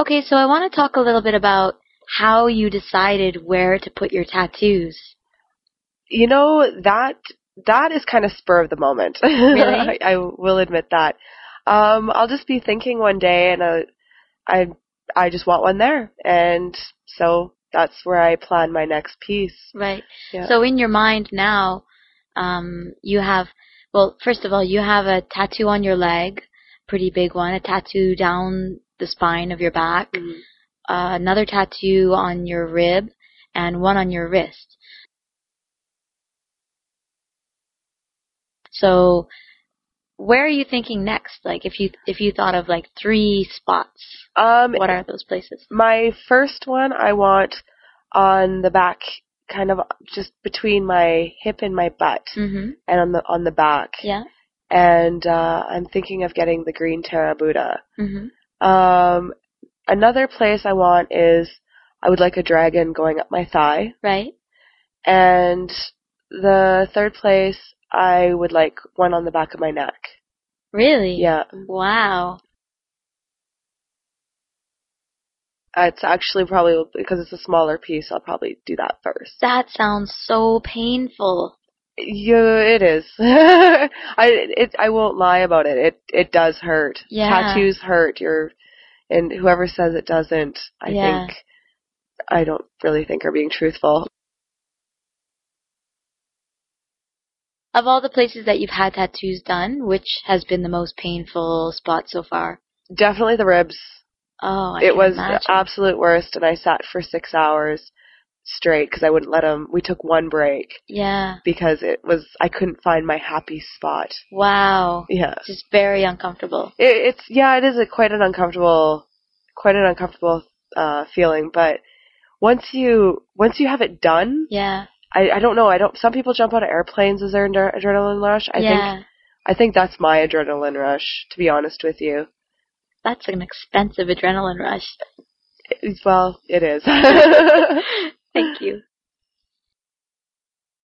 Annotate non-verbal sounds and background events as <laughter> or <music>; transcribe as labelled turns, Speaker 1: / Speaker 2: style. Speaker 1: Okay, so I want to talk a little bit about how you decided where to put your tattoos.
Speaker 2: You know that that is kind of spur of the moment.
Speaker 1: Really?
Speaker 2: <laughs> I, I will admit that. Um, I'll just be thinking one day, and I, I, I just want one there, and so that's where I plan my next piece.
Speaker 1: Right.
Speaker 2: Yeah.
Speaker 1: So in your mind now, um, you have, well, first of all, you have a tattoo on your leg, pretty big one, a tattoo down the spine of your back,
Speaker 2: Mhm.
Speaker 1: uh, another tattoo on your rib, and one on your wrist. So where are you thinking next? Like if you if you thought of like three spots,
Speaker 2: Um,
Speaker 1: what are those places?
Speaker 2: my first one I want on the back, kind of just between my hip and my butt,
Speaker 1: Mhm.
Speaker 2: and on the on the back.
Speaker 1: Yeah.
Speaker 2: And uh, I'm thinking of getting the green Terra Buddha.
Speaker 1: Mhm.
Speaker 2: Um, another place I want is I would like a dragon going up my thigh.
Speaker 1: Right.
Speaker 2: And the third place, I would like one on the back of my neck.
Speaker 1: Really?
Speaker 2: Yeah,
Speaker 1: Wow.
Speaker 2: it's actually probably because it's a smaller piece. I'll probably do that first.
Speaker 1: That sounds so painful.
Speaker 2: Yeah, it is. <laughs> I it I won't lie about it. It it does hurt.
Speaker 1: Yeah.
Speaker 2: Tattoos hurt. Your and whoever says it doesn't, I
Speaker 1: Yeah.
Speaker 2: think I don't really think are being truthful.
Speaker 1: Of all the places that you've had tattoos done, which has been the most painful spot so far?
Speaker 2: Definitely the ribs.
Speaker 1: Oh, I
Speaker 2: it
Speaker 1: can
Speaker 2: was um,
Speaker 1: imagine.
Speaker 2: the absolute worst, and I sat for six hours straight because I wouldn't let him. We took one break
Speaker 1: yeah.
Speaker 2: because it was I couldn't find my happy spot.
Speaker 1: Wow.
Speaker 2: Yeah,
Speaker 1: Just very uncomfortable.
Speaker 2: it, it's yeah, it is a quite an uncomfortable, quite an uncomfortable uh, feeling. But once you once you have it done,
Speaker 1: Yeah.
Speaker 2: I, I don't know. I don't. Some people jump out of airplanes as their adre- adrenaline rush. I
Speaker 1: yeah.
Speaker 2: think I think that's my adrenaline rush. To be honest with you,
Speaker 1: That's an expensive adrenaline rush.
Speaker 2: It- well, it is.
Speaker 1: <laughs> Thank you.